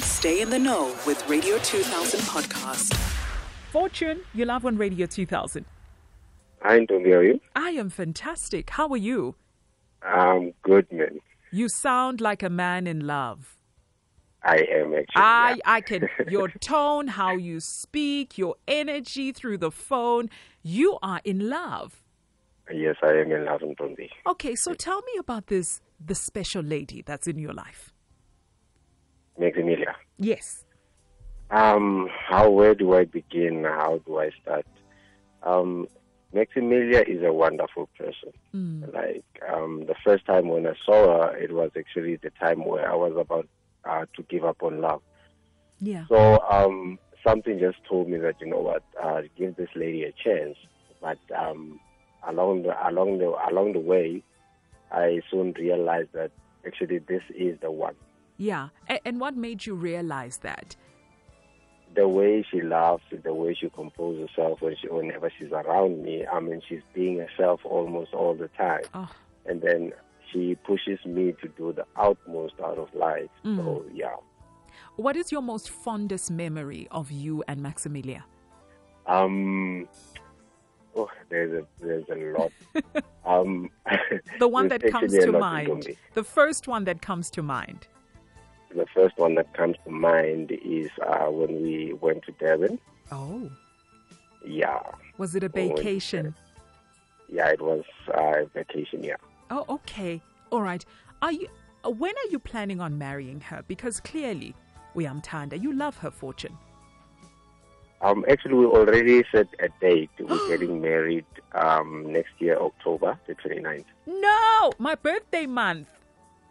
Stay in the know with Radio 2000 podcast. Fortune, you love on Radio 2000. Hi, Ndombi, how are you? I am fantastic. How are you? I'm Um, good, man. You sound like a man in love. I am actually. I, yeah. I can, your tone, how you speak, your energy through the phone. You are in love. Yes, I am in love, Ndombi. Okay, so tell me about this, the special lady that's in your life. Maximilia. Yes. Um, how, where do I begin? How do I start? Um, Maximilia is a wonderful person. Hmm. Like, um, the first time when I saw her, it was actually the time where I was about uh, to give up on love. Yeah. So um, something just told me that you know what, uh, give this lady a chance. But um, along the along the along the way, I soon realized that actually this is the one. Yeah. A- and what made you realize that? The way she laughs, the way she composes herself when she, whenever she's around me. I mean, she's being herself almost all the time. Oh, And then she pushes me to do the utmost out of life. So yeah. what is your most fondest memory of you and Maximilia? Um, oh, there's a there's a lot. um, The one there's that comes actually a to lot mind. Ntombi. The first one that comes to mind. The first one that comes to mind is uh, when we went to Durban. Oh. Yeah, Was it a Oh, it's, uh, vacation? yeah, it was uh, vacation. Yeah, Oh, okay. All right. Are you? uh, When are you planning on marrying her? Because clearly, we Uyamthanda, you love her fortune. um, actually, we already set a date. We're getting married um, next year, October the 29th. No, my birthday month.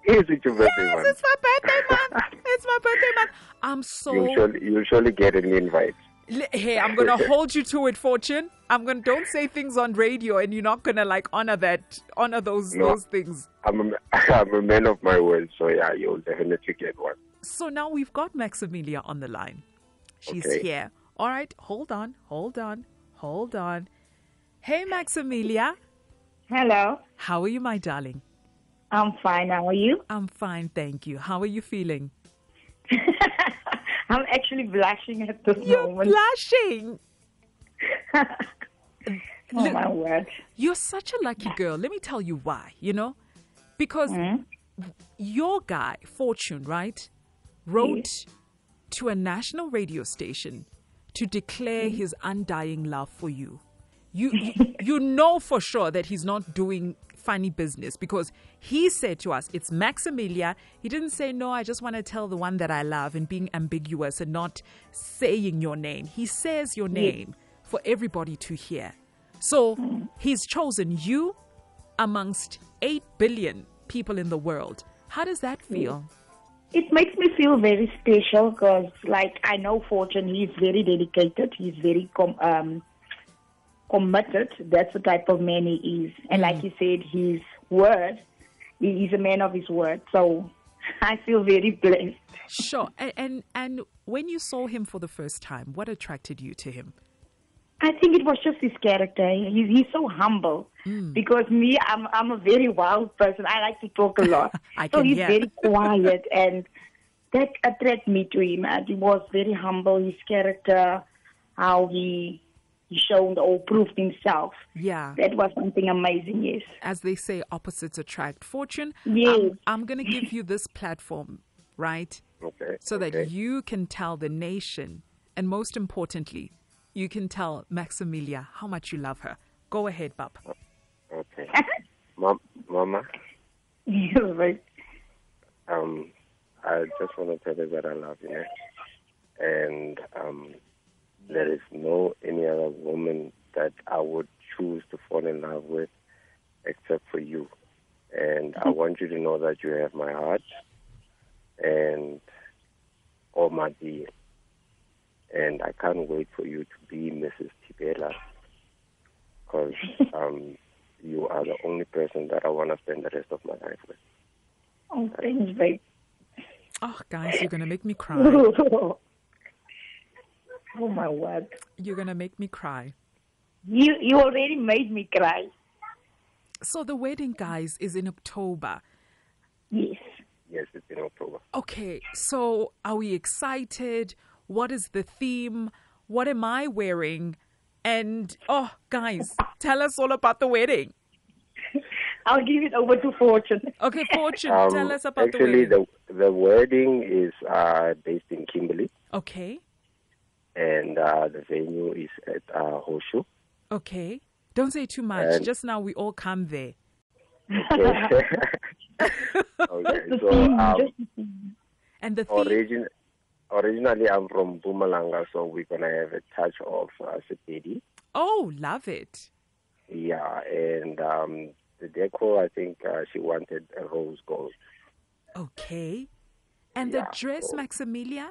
Is it your birthday yes, month? it's my birthday month. It's my birthday month. I'm so. You'll surely, you'll surely get an invite. L- Hey, I'm gonna hold you to it, Fortune. I'm gonna don't say things on radio, and you're not gonna like honor that, honor those No. those things. I'm a, I'm a man of my word, so yeah, you'll definitely get one. So now we've got Maximilia on the line. She's Okay. here. All right, hold on, hold on, hold on. Hey, Maximilia. Hello, How are you, my darling? I'm fine. How are you? I'm fine, thank you. How are you feeling? I'm actually blushing at this You're moment. blushing. oh my word! You're such a lucky girl. Let me tell you why, you know? Because your guy, Fortune, right, wrote to a national radio station to declare his undying love for you. You, you you know for sure that he's not doing funny business because he said to us it's maximilia he didn't say no i just want to tell the one that i love and being ambiguous and not saying your name he says your name for everybody to hear so he's chosen you amongst 8 billion people in the world how does that feel It makes me feel very special because, like, I know Fortune. He's very dedicated. He's very com- um, committed. That's the type of man he is. And like you said, his word. He is a man of his word. So I feel very blessed. Sure. And, and and when you saw him for the first time, what attracted you to him? I think it was just his character. He's, he's so humble Hmm. because me, I'm I'm a very wild person. I like to talk a lot, I so can he's hear. very quiet, and that attracted me to him. And he was very humble. His character, how he he showed or proved himself. Yeah. That was something amazing. Yes, As they say, opposites attract fortune. Yes. I'm, I'm going to give you this platform, right? Okay. So okay. that you can tell the nation, and most importantly, you can tell Maximilia how much you love her. Go ahead, Bub. Okay. Mom, Mama, you're right. um, I just want to tell you that I love you. And um, there is no any other woman that I would choose to fall in love with except for you. And I want you to know that you have my heart and all my being. And I can't wait for you to be Mrs. Tibela because um, you are the only person that I want to spend the rest of my life with. Oh, thanks, babe. Oh, guys, you're going to make me cry. oh my word! You're going to make me cry. You you already made me cry. So the wedding, guys, is in October. Yes. Yes, it's in in October. Okay, so are we excited? What is the theme? What am I wearing? And oh, guys, tell us all about the wedding. I'll give it over to Fortune. Okay, Fortune, Um, tell us about the actually, wedding. the, the wedding is uh, based in Kimberley, Okay, and uh, the venue is at uh, Hoshu. okay. Don't say too much. And- Just now we all come there. Okay. okay. Just the So theme, um, just And the theme. origin, originally, I'm from Bumalanga, so we're gonna have a touch of uh, Sepedi. Oh, love it. Yeah, and um, the decor, I think uh, she wanted a rose gold. Okay. And the Yeah, dress, so- Maximilia?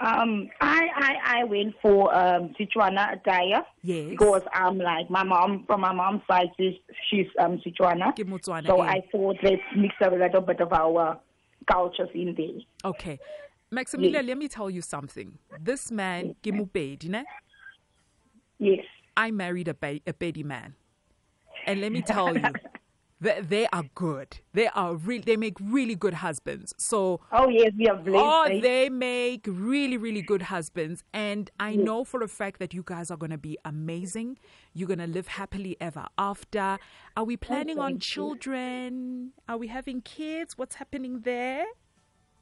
Um, I, I, I went for um, Sichuana attire Yes. because I'm like my mom from my mom's side. She's, she's um Sichuana, Ke Motswana, so eh. I thought let's mix a little bit of our cultures in there. Okay. Maximilia, let me tell you something. This man, Gimubedi, ne? Yes, I married a, ba- a Betty man. And let me tell you, that they are good. They are real. They make really good husbands. So, oh yes, we are blessed. oh, eh? they make really, really good husbands. And I know for a fact that you guys are going to be amazing. You're going to live happily ever after. Are we planning on children? Are we having kids? What's happening there?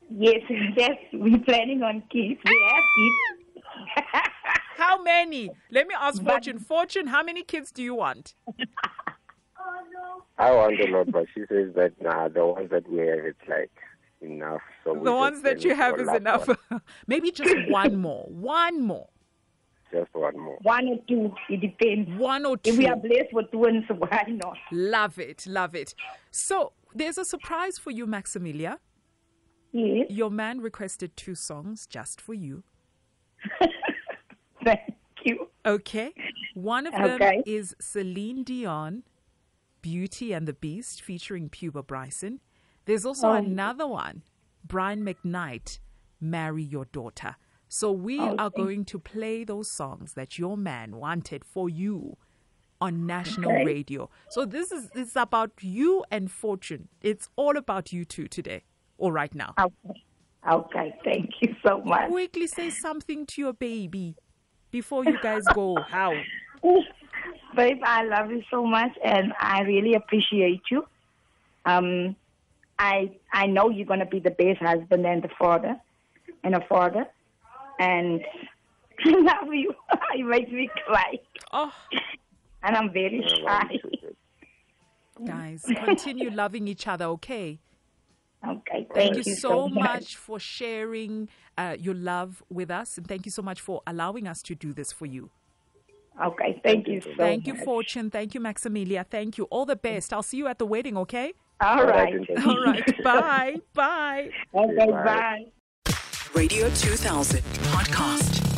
Yes, yes, we're planning on kids. We have kids. How many? Let me ask But- Fortune. Fortune, how many kids do you want? I want a lot, but she says that nah, the ones that we have, it's like enough. So we the just ones that save you it have for is last enough. one. Maybe just one more. One more. Just one more. One or two, it depends. One or two. If we are blessed with two, and so why not? Love it. Love it. So there's a surprise for you, Maximilia. Yes. Your man requested two songs just for you. Thank you. Okay. One of them Okay. is Celine Dion, Beauty and the Beast, featuring Puba Bryson. There's also Oh. another one, Brian McKnight, Marry Your Daughter. So we Oh, are going to play those songs that your man wanted for you on national Okay. radio. So this is it's about you and fortune. It's all about you two today or right now. Okay. Okay. Thank you so much. Quickly say something to your baby before you guys go. How? Babe, I love you so much and I really appreciate you. Um, I I know you're gonna be the best husband and the father and a father. And I love you. you make me cry. Oh, And I'm very Yeah, one, shy. two, three. guys continue loving each other okay Okay, thank, thank, you, so much. much for sharing uh, your love with us and thank you so much for allowing us to do this for you Okay, thank you so thank you much. fortune thank you maximilia thank you all the best i'll see you at the wedding okay All right. Alright, then. all right bye bye Okay, Bye. bye. Radio 2000 podcast.